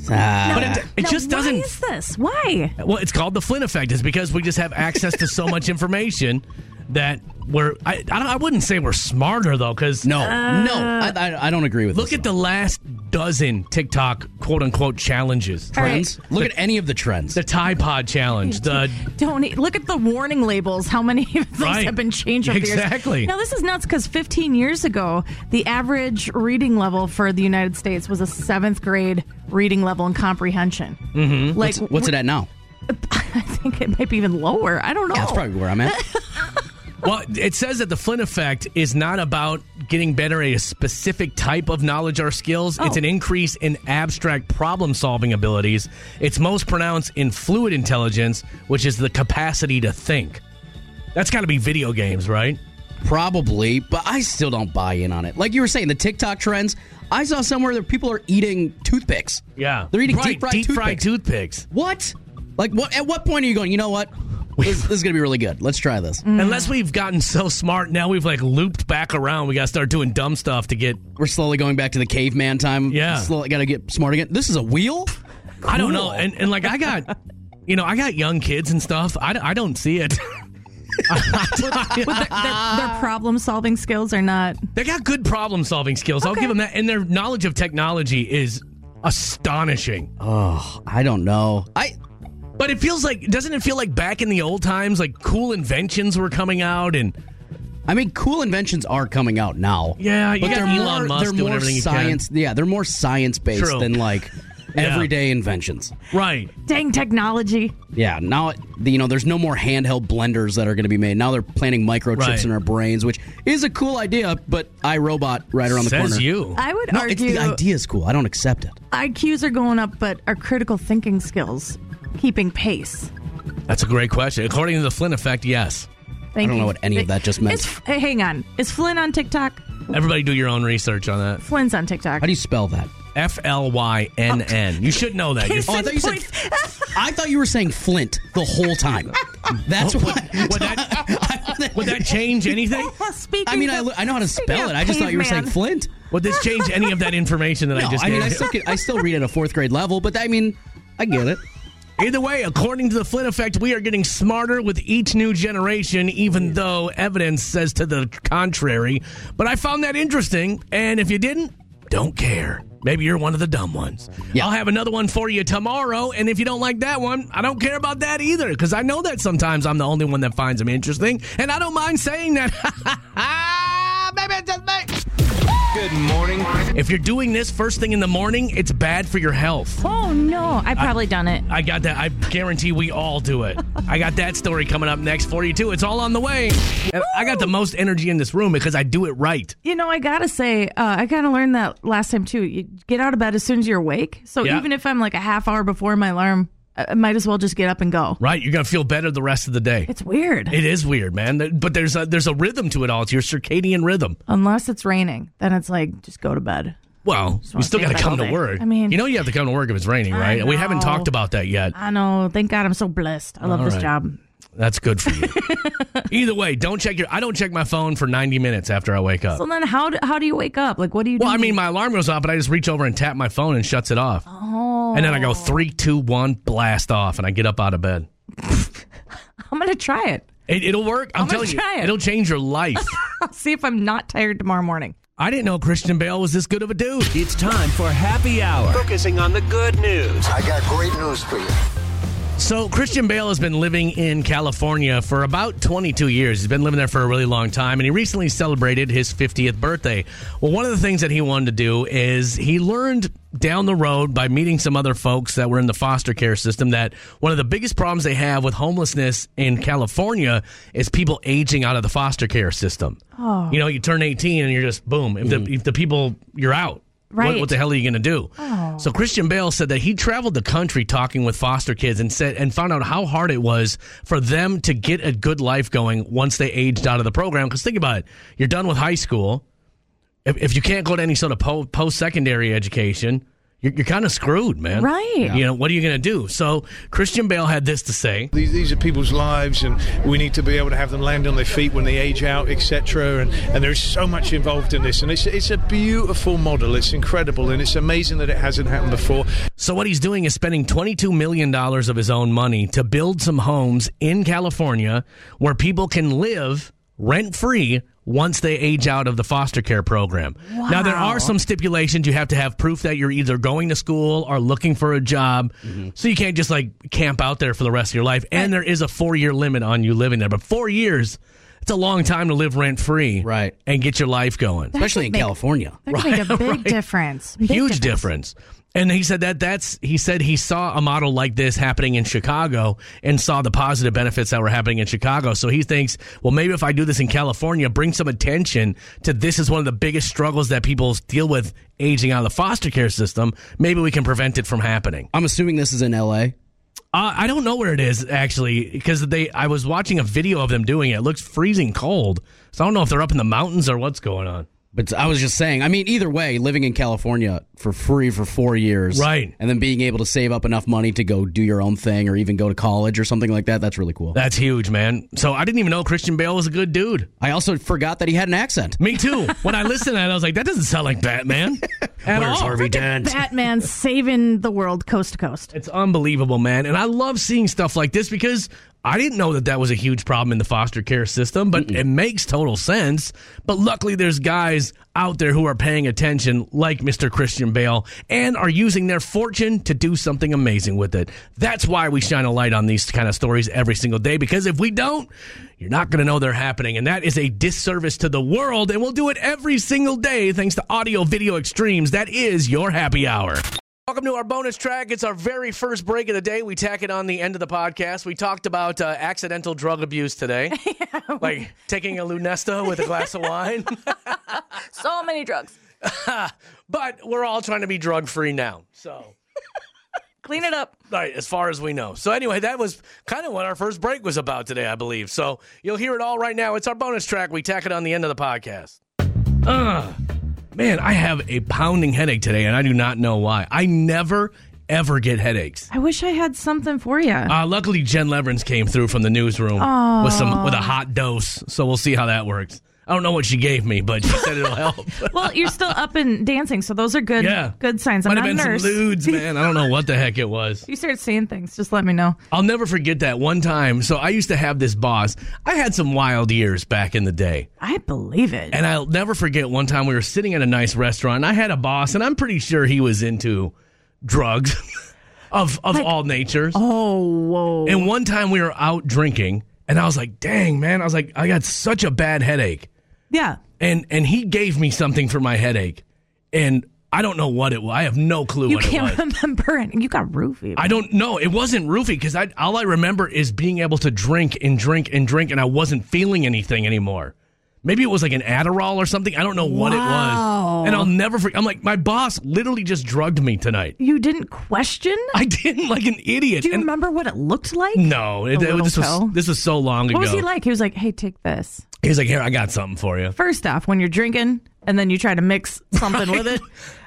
Speaker 2: Ah.
Speaker 1: But it, it
Speaker 5: Now,
Speaker 1: just
Speaker 5: Why
Speaker 1: doesn't
Speaker 5: is this? Why?
Speaker 1: well, it's called the Flynn effect. Is because we just have access to so much information that we're. I I, don't, I wouldn't say we're smarter though, because
Speaker 2: no, no, I, I, I don't agree with
Speaker 1: Look
Speaker 2: this.
Speaker 1: at the last dozen TikTok quote unquote challenges.
Speaker 2: trends. Look at any of the trends.
Speaker 1: The Tide Pod challenge. The
Speaker 5: Don't e- look at the warning labels. How many *laughs* of things
Speaker 1: Right.
Speaker 5: have been changed over the
Speaker 1: Exactly.
Speaker 5: years? Now this is nuts because 15 years ago, the average reading level for the United States was a seventh grade reading level in comprehension. Mm-hmm. Like
Speaker 2: What's it at now?
Speaker 5: *laughs* I think it might be even lower. I don't know.
Speaker 2: That's probably where I'm at.
Speaker 1: well, it says that the Flynn effect is not about getting better at a specific type of knowledge or skills. It's
Speaker 5: Oh.
Speaker 1: an increase in abstract problem solving abilities. It's most pronounced in fluid intelligence, which is the capacity to think. That's got to be video games, right?
Speaker 2: Probably, but I still don't buy in on it. Like you were saying, the TikTok trends. I saw somewhere that people are eating toothpicks.
Speaker 1: Yeah,
Speaker 2: they're eating
Speaker 1: Right,
Speaker 2: deep fried toothpicks.
Speaker 1: toothpicks.
Speaker 2: What? Like what? At what point are you going? You know what? This, this is gonna be really good. Let's try this.
Speaker 1: Unless we've gotten so smart, now we've like looped back around. We got to start doing dumb stuff to get.
Speaker 2: We're slowly going back to the caveman time.
Speaker 1: Yeah.
Speaker 2: slowly got to get smart again. This is a wheel.
Speaker 1: I don't know, and and like I got, *laughs* you know, I got young kids and stuff. I, d- I don't see it. *laughs*
Speaker 5: Their- their problem solving skills are not.
Speaker 1: they got good problem solving skills. I'll
Speaker 5: Okay.
Speaker 1: give them that, and their knowledge of technology is astonishing.
Speaker 2: Oh, I don't know. I
Speaker 1: But it feels like doesn't it feel like back in the old times, like cool inventions were coming out, and
Speaker 2: I mean, cool inventions are coming out now.
Speaker 1: Yeah, you
Speaker 2: but
Speaker 1: got
Speaker 2: they're
Speaker 1: Elon
Speaker 2: more,
Speaker 1: Musk
Speaker 2: they're
Speaker 1: doing
Speaker 2: more
Speaker 1: everything he can.
Speaker 2: science. Yeah, they're more science based
Speaker 1: True. *laughs*
Speaker 2: than like everyday inventions.
Speaker 1: right.
Speaker 5: Dang technology.
Speaker 2: Yeah, now you know there's no more handheld blenders that are going to be made. Now they're planting microchips
Speaker 1: Right.
Speaker 2: in our brains, which is a cool idea. But iRobot right around the
Speaker 1: Says
Speaker 2: corner.
Speaker 1: you.
Speaker 5: I would
Speaker 2: No, it's
Speaker 5: argue
Speaker 2: the idea is cool. I don't accept it.
Speaker 5: IQs are going up, but our critical thinking skills keeping pace.
Speaker 1: That's a great question. According to the Flynn effect, yes.
Speaker 5: Thank
Speaker 2: don't
Speaker 5: you.
Speaker 2: know what any of that just meant.
Speaker 5: Is- hey, hang on. Is Flynn on TikTok?
Speaker 1: Everybody do your own research on that.
Speaker 5: Flynn's on TikTok.
Speaker 2: How do you spell that?
Speaker 1: F L Y N N. You should know that. You're-
Speaker 2: Oh, I thought you said.
Speaker 5: *laughs*
Speaker 2: I thought you were saying Flint the whole time. That's
Speaker 1: Would-
Speaker 2: what.
Speaker 1: would that- Oh. would that change anything?
Speaker 5: Speaking
Speaker 2: I mean, I,
Speaker 5: of-
Speaker 2: lo- I know how to
Speaker 5: speaking
Speaker 2: spell
Speaker 5: of
Speaker 2: it. I just thought you were saying
Speaker 5: caveman,
Speaker 2: Flint.
Speaker 1: Would this change any of that information that
Speaker 2: No,
Speaker 1: I just
Speaker 2: I
Speaker 1: gave?
Speaker 2: mean, I
Speaker 1: you?
Speaker 2: still can, I still read at a fourth grade level, but I mean, I get it.
Speaker 1: Either way, according to the Flynn effect, we are getting smarter with each new generation, even though evidence says to the contrary. But I found that interesting, and if you didn't, Don't care. Maybe you're one of the dumb ones. I'll have another one for you tomorrow. And if you don't like that one, I don't care about that either because I know that sometimes I'm the only one that finds them interesting. And I don't mind saying that. *laughs* Good morning. If you're doing this first thing in the morning, it's bad for your health.
Speaker 5: Oh no, I probably done it.
Speaker 1: I got that. I guarantee we all do it. I got that story coming up next for you, too. It's all on the way. And I got the most energy in this room because I do it right.
Speaker 5: You know, I gotta say, uh, I kind of learned that last time too. You get out of bed as soon as you're awake. So
Speaker 1: Yeah.
Speaker 5: even if I'm like a half hour before my alarm, I I might as well just get up and go.
Speaker 1: Right? You're going to feel better the rest of the day.
Speaker 5: It's weird.
Speaker 1: It is weird, man. There- But there's a, there's a rhythm to it all. It's your circadian rhythm.
Speaker 5: Unless it's raining, then it's like just go to bed.
Speaker 1: Well,
Speaker 5: Just
Speaker 1: you
Speaker 5: wanna
Speaker 1: still
Speaker 5: stay
Speaker 1: got to
Speaker 5: up all
Speaker 1: come to
Speaker 5: day.
Speaker 1: work.
Speaker 5: I mean-
Speaker 1: you know you have to come to work if it's raining,
Speaker 5: I
Speaker 1: right? We haven't
Speaker 5: know.
Speaker 1: talked about that yet.
Speaker 5: I know. Thank God, I'm so blessed. I love
Speaker 1: All
Speaker 5: this
Speaker 1: right.
Speaker 5: job.
Speaker 1: That's good for
Speaker 5: *laughs*
Speaker 1: you. Either way, don't check your. I don't check my phone for 90 minutes after I wake up.
Speaker 5: So then, how do, how do you wake up? Like, what do you do?
Speaker 1: Well, I mean, my alarm goes off, but I just reach over and tap my phone and shuts it off.
Speaker 5: oh,
Speaker 1: And then I go three, two, one, blast off, and I get up out of bed.
Speaker 5: I'm gonna try it.
Speaker 1: It, it'll work. I'm,
Speaker 5: I'm gonna
Speaker 1: telling
Speaker 5: try
Speaker 1: you,
Speaker 5: it.
Speaker 1: it'll change your
Speaker 5: *laughs*
Speaker 1: life.
Speaker 5: I'll see if I'm not tired tomorrow morning.
Speaker 1: I didn't know Christian Bale was this good of a dude.
Speaker 3: It's time for happy hour. Focusing on the good news. I got great news for you.
Speaker 1: So Christian Bale has been living in California for about 22 years. He's been living there for a really long time, and he recently celebrated his 50th birthday. Well, one of the things that he wanted to do is he learned down the road by meeting some other folks that were in the foster care system that one of the biggest problems they have with homelessness in California is people aging out of the foster care system.
Speaker 5: Oh.
Speaker 1: You know, you turn 18 and you're just boom. If the, if the people you're out, What-
Speaker 5: Right.
Speaker 1: what the hell are you going to do? So Christian Bale said that he traveled the country talking with foster kids and said and found out how hard it was for them to get a good life going once they aged out of the program. Because think about it, you're done with high school. If, if you can't go to any sort of po- post secondary education, you're, you're kind of screwed, man.
Speaker 5: Right. Yeah.
Speaker 1: You know what are you going to do? So Christian Bale had this to say.
Speaker 12: These, these are people's lives, and we need to be able to have them land on their feet when they age out, etc. And, and there is so much involved in this, and it's it's a beautiful model. It's incredible, and it's amazing that it hasn't happened before.
Speaker 1: So what he's doing is spending $22 million of his own money to build some homes in California where people can live rent free once they age out of the foster care program. Now there are some stipulations you have to have proof that you're either going to school or looking for a job. So you can't just like camp out there for the rest of your life and there is a 4-year limit on you living there. But 4 years it's a long time to live rent free right. and get your life going.
Speaker 2: Especially in California.
Speaker 5: That could make
Speaker 1: *laughs*
Speaker 5: a big difference. Big
Speaker 1: huge difference. And he said that that's he said he saw a model like this happening in Chicago and saw the positive benefits that were happening in Chicago. So he thinks, well, maybe if I do this in California, bring some attention to this is one of the biggest struggles that people deal with aging out of the foster care system. Maybe we can prevent it from happening.
Speaker 2: I'm assuming this is in L.A.
Speaker 1: Uh, I don't know where it is actually because they. I was watching a video of them doing it. It looks freezing cold, so I don't know if they're up in the mountains or what's going on.
Speaker 2: But I was just saying, I mean, either way, living in California for free for four years.
Speaker 1: Right.
Speaker 2: And then being able to save up enough money to go do your own thing or even go to college or something like that, that's really cool.
Speaker 1: That's huge, man. So I didn't even know Christian Bale was a good dude.
Speaker 2: I also forgot that he had an accent.
Speaker 1: Me too. When I listened to that, I was like, that doesn't sound like *laughs* Batman. At all.
Speaker 5: difference. Batman saving the world coast to coast.
Speaker 1: It's unbelievable, man. And I love seeing stuff like this because I didn't know that that was a huge problem in the foster care system, but it makes total sense. But luckily, there's guys out there who are paying attention, like Mr. Christian Bale, and are using their fortune to do something amazing with it. That's why we shine a light on these kind of stories every single day because if we don't, you're not going to know they're happening. And that is a disservice to the world. And we'll do it every single day thanks to Audio Video Extremes. That is your happy hour. Welcome to our bonus track. It's our very first break of the day. We tack it on the end of the podcast. We talked about uh, accidental drug abuse today, like taking a Lunesta with a glass of wine. *laughs*
Speaker 5: So many drugs.
Speaker 1: but we're all trying to be drug free now. So,
Speaker 5: Clean it up.
Speaker 1: right, as far as we know. So, anyway, that was kind of what our first break was about today, I believe. So, you'll hear it all right now. It's our bonus track. We tack it on the end of the podcast. Ugh. Man, I have a pounding headache today, and I do not know why. I never, ever get headaches.
Speaker 5: I wish I had something for you.
Speaker 1: Uh, luckily, Jen Leverins came through from the newsroom
Speaker 5: Aw.
Speaker 1: with some with a hot dose, so we'll see how that works. I don't know what she gave me, but she said it'll
Speaker 5: *laughs*
Speaker 1: help.
Speaker 5: Well, you're still up and dancing, so those are good
Speaker 1: Yeah.
Speaker 5: good signs. I'm
Speaker 1: Might have
Speaker 5: not a
Speaker 1: been
Speaker 5: nurse.
Speaker 1: some
Speaker 5: *laughs*
Speaker 1: lewds, man. I don't know what the heck it was.
Speaker 5: You start seeing things, just let me know.
Speaker 1: I'll never forget that one time. So I used to have this boss. I had some wild years back in the day.
Speaker 5: I believe it.
Speaker 1: And I'll never forget one time we were sitting at a nice restaurant. And I had a boss, and I'm pretty sure he was into drugs *laughs* of of all natures.
Speaker 5: Oh, whoa.
Speaker 1: And one time we were out drinking, and I was like, "Dang, man!" I was like, "I got such a bad headache."
Speaker 5: Yeah.
Speaker 1: And and he gave me something for my headache, and I don't know what it was. I have no clue
Speaker 5: You
Speaker 1: what it was.
Speaker 5: can't remember and you got roofie.
Speaker 1: I don't know. It wasn't roofie because I all I remember is being able to drink and drink and drink, and I wasn't feeling anything anymore. Maybe it was like an Adderall or something. I don't know what it
Speaker 5: Wow.
Speaker 1: was, and I'll never forget. I'm like, my boss literally just drugged me tonight.
Speaker 5: You didn't question?
Speaker 1: I didn't *laughs* like an idiot.
Speaker 5: Do you
Speaker 1: And-
Speaker 5: remember what it looked like?
Speaker 1: No, it,
Speaker 5: The
Speaker 1: it-
Speaker 5: little
Speaker 1: this
Speaker 5: pill?
Speaker 1: was this was so long ago.
Speaker 5: What was he like? He was like, "Hey, take this."
Speaker 1: He was like, "Here, I got something for you."
Speaker 5: First off, when you're drinking and then you try to mix something with it,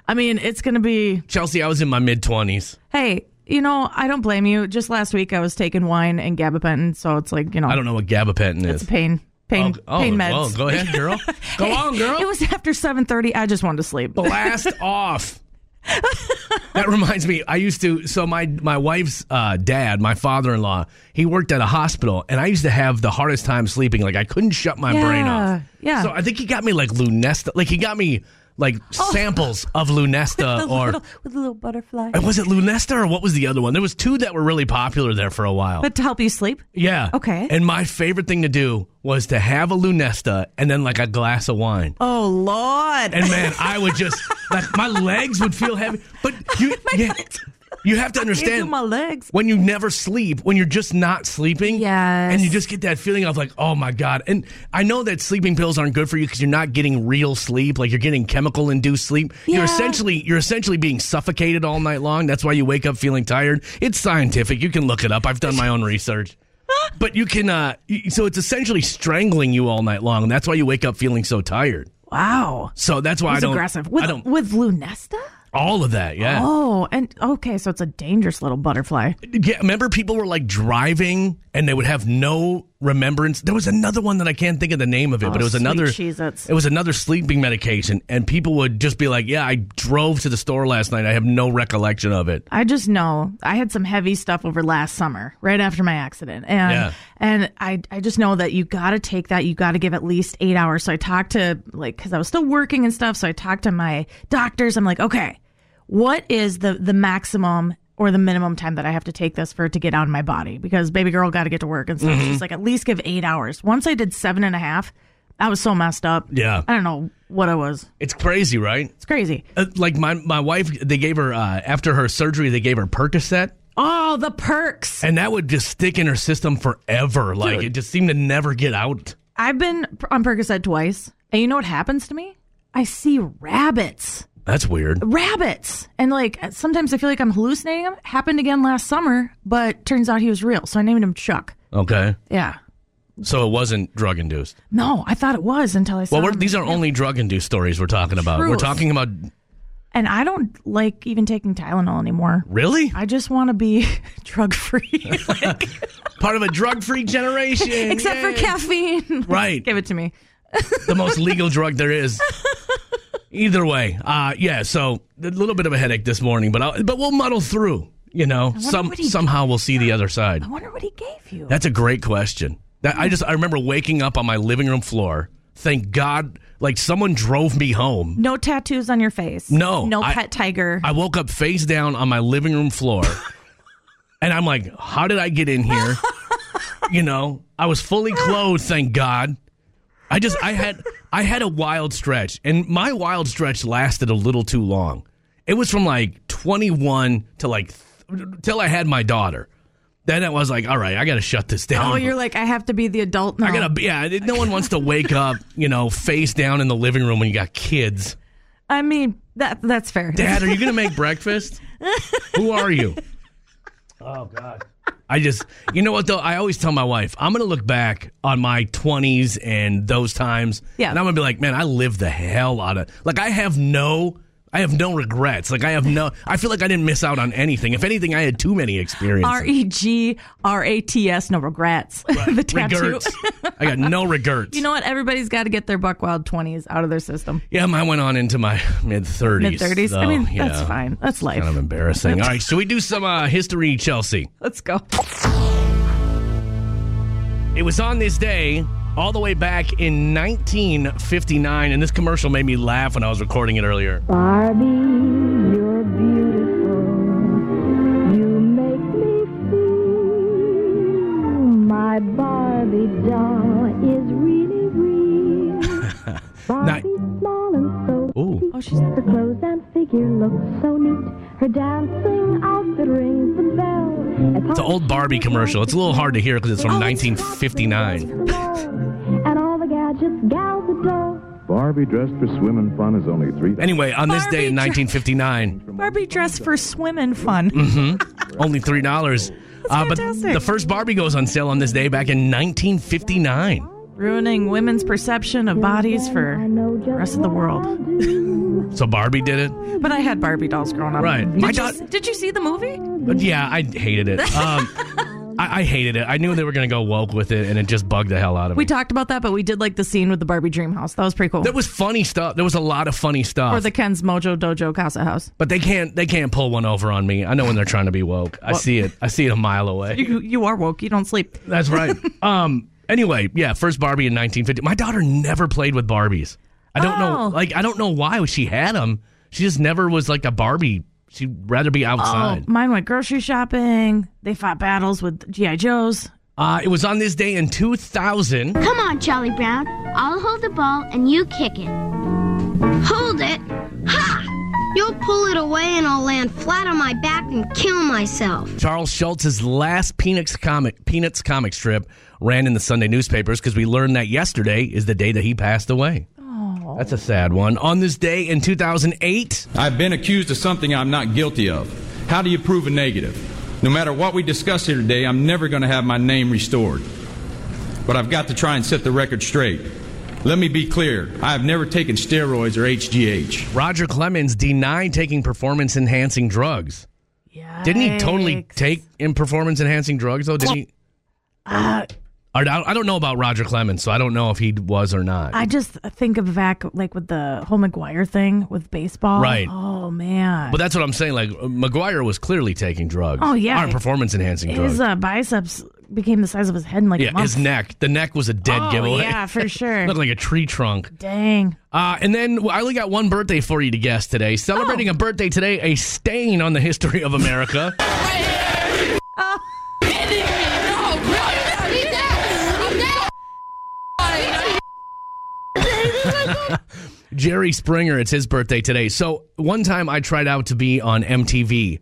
Speaker 5: I mean, it's going to be,
Speaker 1: Chelsea, I was in my mid twenties.
Speaker 5: "Hey, you know, I don't blame you. Just last week I was taking wine and gabapentin, so it's like, you know,
Speaker 1: I don't know what gabapentin is.
Speaker 5: It's a pain, pain,
Speaker 1: oh,
Speaker 5: pain meds.
Speaker 1: well, go ahead,
Speaker 5: *laughs*
Speaker 1: girl. Go on, girl. Oh.
Speaker 5: It was after 7:30. I just wanted to sleep.
Speaker 1: Blast
Speaker 5: *laughs*
Speaker 1: off. that reminds me i used to so my my wife's uh, dad my father-in-law he worked at a hospital and i used to have the hardest time sleeping like i couldn't shut my brain off
Speaker 5: Yeah, yeah.
Speaker 1: so i think he got me like lunesta like he got me like samples of lunesta
Speaker 5: The
Speaker 1: or
Speaker 5: little- with Oh. *laughs* a little butterfly.
Speaker 1: was it lunesta or what was the other one there was two that were really popular there for a while
Speaker 5: But to help you sleep.
Speaker 1: yeah
Speaker 5: Okay.
Speaker 1: and my favorite thing to do was to have a lunesta and then like a glass of wine
Speaker 5: Oh Lord.
Speaker 1: and man, I would just like my legs would feel heavy. But
Speaker 5: *laughs*
Speaker 1: you, yeah, you have to
Speaker 5: do
Speaker 1: understand
Speaker 5: my legs.
Speaker 1: when you never sleep, when you're just not sleeping,
Speaker 5: Yes.
Speaker 1: and you just get that feeling of like, oh my god. And I know that sleeping pills aren't good for you because you're not getting real sleep. Like you're getting chemical induced sleep. You're
Speaker 5: Yeah.
Speaker 1: essentially you're essentially being suffocated all night long. That's why you wake up feeling tired. It's scientific. You can look it up. I've done my own
Speaker 5: *laughs*
Speaker 1: research. But you can, uh, y- so it's essentially strangling you all night long, and that's why you wake up feeling so tired.
Speaker 5: Wow.
Speaker 1: So that's why
Speaker 5: It
Speaker 1: I
Speaker 5: was
Speaker 1: don't.
Speaker 5: aggressive. With,
Speaker 1: I don't.
Speaker 5: with Lunesta?
Speaker 1: All of that, yeah.
Speaker 5: Oh, and okay, so it's a dangerous little butterfly.
Speaker 1: Yeah, remember people were like driving and they would have no remembrance. There was another one that I can't think of the name of it,
Speaker 5: Oh,
Speaker 1: but it was
Speaker 5: sweet
Speaker 1: another
Speaker 5: Cheez-Its.
Speaker 1: it was another sleeping medication and people would just be like, "Yeah, I drove to the store last night. I have no recollection of it."
Speaker 5: I just know I had some heavy stuff over last summer, right after my accident, and
Speaker 1: Yeah.
Speaker 5: and I I just know that you got to take that. You got to give at least eight hours. So I talked to like because I was still working and stuff. So I talked to my doctors. I'm like, okay, what is the the maximum or the minimum time that I have to take this for it to get out of my body? Because baby girl got to get to work and stuff.
Speaker 1: Mm-hmm.
Speaker 5: She's like, at least give eight hours. Once I did seven and a half, I was so messed up.
Speaker 1: Yeah.
Speaker 5: I don't know what I was.
Speaker 1: It's crazy, right?
Speaker 5: It's crazy.
Speaker 1: Uh, like my my wife, they gave her uh, after her surgery, they gave her Percocet,
Speaker 5: Oh, the perks.
Speaker 1: and that would just stick in her system forever. Like
Speaker 5: Dude.
Speaker 1: it just seemed to never get out.
Speaker 5: I've been on Percocet twice, and you know what happens to me? I see rabbits,
Speaker 1: That's weird.
Speaker 5: rabbits, and like uh, sometimes I feel like I'm hallucinating them. Happened again last summer, but turns out he was real, so I named him Chuck.
Speaker 1: Okay,
Speaker 5: Yeah,
Speaker 1: so it wasn't drug induced.
Speaker 5: no, I thought it was until I saw.
Speaker 1: Well, we're,
Speaker 5: him.
Speaker 1: these are only drug-induced stories we're talking about. We're
Speaker 5: Um, Truth.
Speaker 1: talking about
Speaker 5: and I don't like even taking Tylenol anymore.
Speaker 1: really
Speaker 5: I just want to be *laughs* drug *laughs* free,
Speaker 1: part of a
Speaker 5: *laughs*
Speaker 1: drug-free generation,
Speaker 5: except for
Speaker 1: Yay.
Speaker 5: caffeine. *laughs* Like,
Speaker 1: Right.
Speaker 5: give it to me.
Speaker 1: the most legal drug there
Speaker 5: *laughs*
Speaker 1: is. Either way, uh, yeah. So a little bit of a headache this morning, but I'll, but we'll muddle through. You know, some
Speaker 5: what he- Oh.
Speaker 1: somehow we'll see the other side.
Speaker 5: I wonder what he gave you.
Speaker 1: That's a great question. That, I just I remember waking up on my living room floor. Thank God, like someone drove me home.
Speaker 5: no tattoos on your face.
Speaker 1: No,
Speaker 5: No
Speaker 1: I-
Speaker 5: pet tiger.
Speaker 1: I woke up face down on my living room floor, and I'm like, "How did I get in here?" you know, I was fully clothed, thank God. I just, I had, I had a wild stretch, and my wild stretch lasted a little too long. It was from like 21 to like th- till I had my daughter. Then I was like, "All right, I got to shut this down."
Speaker 5: oh, you're like, I have to be the adult now.
Speaker 1: I gotta, yeah. No one wants to wake up, you know, face down in the living room when you got kids.
Speaker 5: I mean, that that's fair.
Speaker 1: Dad, are you going to make breakfast? Who are you? Oh, God. I just, you know what, though? I always tell my wife, I'm going to look back on my 20s and those times.
Speaker 5: Yeah.
Speaker 1: And I'm going to be like, man, I lived the hell out of Like, I have no, I have no regrets. Like I have no. I feel like I didn't miss out on anything. If anything, I had too many experiences.
Speaker 5: R E G R A T S, no regrets. *laughs* the tattoo.
Speaker 1: Regrets. I got no regrets.
Speaker 5: You know what? Everybody's got to get their buck wild 20s out of their system.
Speaker 1: Yeah, mine went on into my mid thirties.
Speaker 5: Mid 30s. I mean, that's fine. That's life.
Speaker 1: Kind of embarrassing. All right, so we do some uh, history, Chelsea.
Speaker 5: Let's go.
Speaker 1: It was on this day, all the way back in 1959, and this commercial made me laugh when I was recording it
Speaker 5: *laughs*
Speaker 1: earlier.
Speaker 10: Barbie, you're beautiful. You make me feel my Barbie doll is really real. Barbie's small and so
Speaker 1: Ooh.
Speaker 10: Her clothes and figure look so neat. Her dancing outfit rings the bell. At
Speaker 1: It's an old Barbie commercial. It's a little hard to hear because it's
Speaker 5: Oh,
Speaker 1: from 1959.
Speaker 10: home, And all the gadgets gals adore.
Speaker 13: Barbie dressed for swim and fun is only three.
Speaker 1: Anyway, on this day in 1959,
Speaker 5: Barbie dress for swimming fun.
Speaker 1: mhm, only three dollars. Uh, but
Speaker 5: fantastic.
Speaker 1: the first Barbie goes on sale on this day back in 1959.
Speaker 5: Ruining women's perception of bodies for the rest of the world. *laughs*
Speaker 1: So Barbie did it.
Speaker 5: But I had Barbie dolls growing up.
Speaker 1: Right.
Speaker 5: Did,
Speaker 1: My
Speaker 5: you,
Speaker 1: da-
Speaker 5: did you see the movie?
Speaker 1: But yeah, I hated
Speaker 5: *laughs*
Speaker 1: it. Um, I, I hated it. I knew they were going to go woke with it, and it just bugged the hell out of me.
Speaker 5: We talked about that, but we did like the scene with the Barbie dream house. That was pretty cool.
Speaker 1: There was funny stuff. There was a lot of funny stuff.
Speaker 5: or the Ken's Mojo Dojo Casa House.
Speaker 1: but they can't. They can't pull one over on me. I know when they're trying to be woke. I
Speaker 5: Well-
Speaker 1: see it. I see it a mile away.
Speaker 5: *laughs* You, you are woke. You don't sleep.
Speaker 1: That's right. um. Anyway, yeah. First Barbie in 1950. My daughter never played with Barbies. I don't know.
Speaker 5: Oh.
Speaker 1: Like I don't know why she had them. She just never was like a Barbie. She'd rather be outside.
Speaker 5: Oh, mine went grocery shopping. They fought battles with GI Joes.
Speaker 1: Uh, it was on this day in 2000.
Speaker 14: Come on, Charlie Brown. I'll hold the ball and you kick it. Hold it? Ha! You'll pull it away and I'll land flat on my back and kill myself.
Speaker 1: Charles Schultz's last Peanuts comic Peanuts comic strip ran in the Sunday newspapers because we learned that yesterday is the day that he passed away. That's a sad one. On this day in 2008,
Speaker 15: I've been accused of something I'm not guilty of. How do you prove a negative? No matter what we discuss here today, I'm never going to have my name restored. But I've got to try and set the record straight. Let me be clear I have never taken steroids or HGH.
Speaker 1: Roger Clemens denied taking performance enhancing drugs. Didn't he totally take in performance enhancing drugs though? Didn't he?
Speaker 5: Uh,
Speaker 1: I don't- I don't know about Roger Clemens, so I don't know if he was or not.
Speaker 5: I just think of back like with the whole McGuire thing with baseball.
Speaker 1: Right.
Speaker 5: Oh man.
Speaker 1: but that's what I'm saying. Like McGuire was clearly taking drugs.
Speaker 5: Oh, yeah.
Speaker 1: aren't performance enhancing drugs.
Speaker 5: His uh, biceps became the size of his head in like a
Speaker 1: yeah,
Speaker 5: month.
Speaker 1: his neck. The neck was a dead
Speaker 5: Oh,
Speaker 1: giveaway. *laughs*
Speaker 5: yeah, for sure.
Speaker 1: Looked like a tree trunk.
Speaker 5: Dang.
Speaker 1: Uh, and then I only got one birthday for you to guess today.
Speaker 5: Oh.
Speaker 1: Celebrating a birthday today, a stain on the history of
Speaker 5: *laughs*
Speaker 1: America. Jerry Springer, it's his birthday today. So one time I tried out to be on MTV,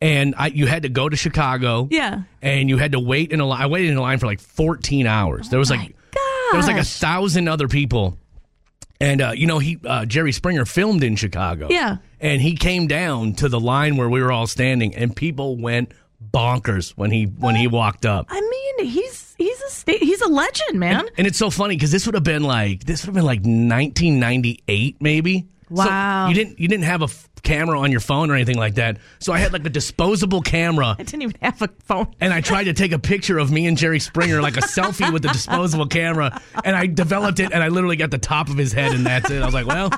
Speaker 1: and I you had to go to Chicago.
Speaker 5: Yeah.
Speaker 1: and you had to wait in a line. I waited in a line for like 14 hours. There was
Speaker 5: Oh
Speaker 1: like there was like a thousand other people, and uh, you know he uh, Jerry Springer filmed in Chicago.
Speaker 5: Yeah.
Speaker 1: and he came down to the line where we were all standing, and people went bonkers when he when he walked up.
Speaker 5: I mean, he's he's a sta- he's a legend, man.
Speaker 1: And it's so funny because this would have been like this would have been like 1998 maybe. So
Speaker 5: Wow.
Speaker 1: you didn't you didn't have a f- camera on your phone or anything like that. So I had like a disposable camera.
Speaker 5: I didn't even have a phone.
Speaker 1: And I tried to take a picture of me and Jerry Springer, like a selfie with the disposable camera. And I developed it, and I literally got the top of his head, and that's it. I was like, well,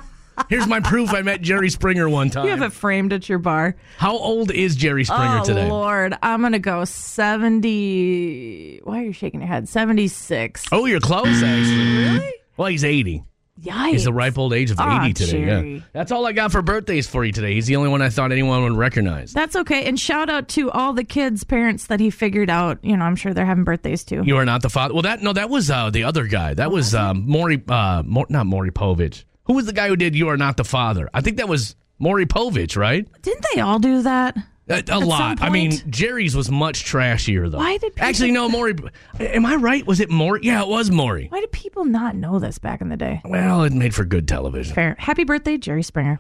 Speaker 1: here's my proof I met Jerry Springer one time.
Speaker 5: You have it framed at your bar.
Speaker 1: How old is Jerry Springer
Speaker 5: oh
Speaker 1: today?
Speaker 5: Lord, I'm gonna go seventy. Why are you shaking your head? Seventy six.
Speaker 1: Oh, you're close, actually. Really? Well, he's 80.
Speaker 5: Yikes.
Speaker 1: He's the ripe old age of
Speaker 5: Ah,
Speaker 1: 80 today. yeah.
Speaker 5: Jerry.
Speaker 1: That's all I got for birthdays for you today. He's the only one I thought anyone would recognize.
Speaker 5: That's okay. And shout out to all the kids' parents that he figured out. You know, I'm sure they're having birthdays too.
Speaker 1: You are not the father. Well, that no, that was uh, the other guy. That was um, Maury, uh, Mor- not Maury Povich. Who was the guy who did "You Are Not the Father"? I think that was Maury Povich, right? Uh,
Speaker 5: Didn't they all do that?
Speaker 1: A, a lot. I mean, Jerry's was much trashier though.
Speaker 5: Why did people-
Speaker 1: actually no Maury? Am I right? Was it Maury? Yeah, it was Maury.
Speaker 5: Why did people not know this back in the day?
Speaker 1: Well, it made for good television.
Speaker 5: Fair. Happy birthday, Jerry Springer.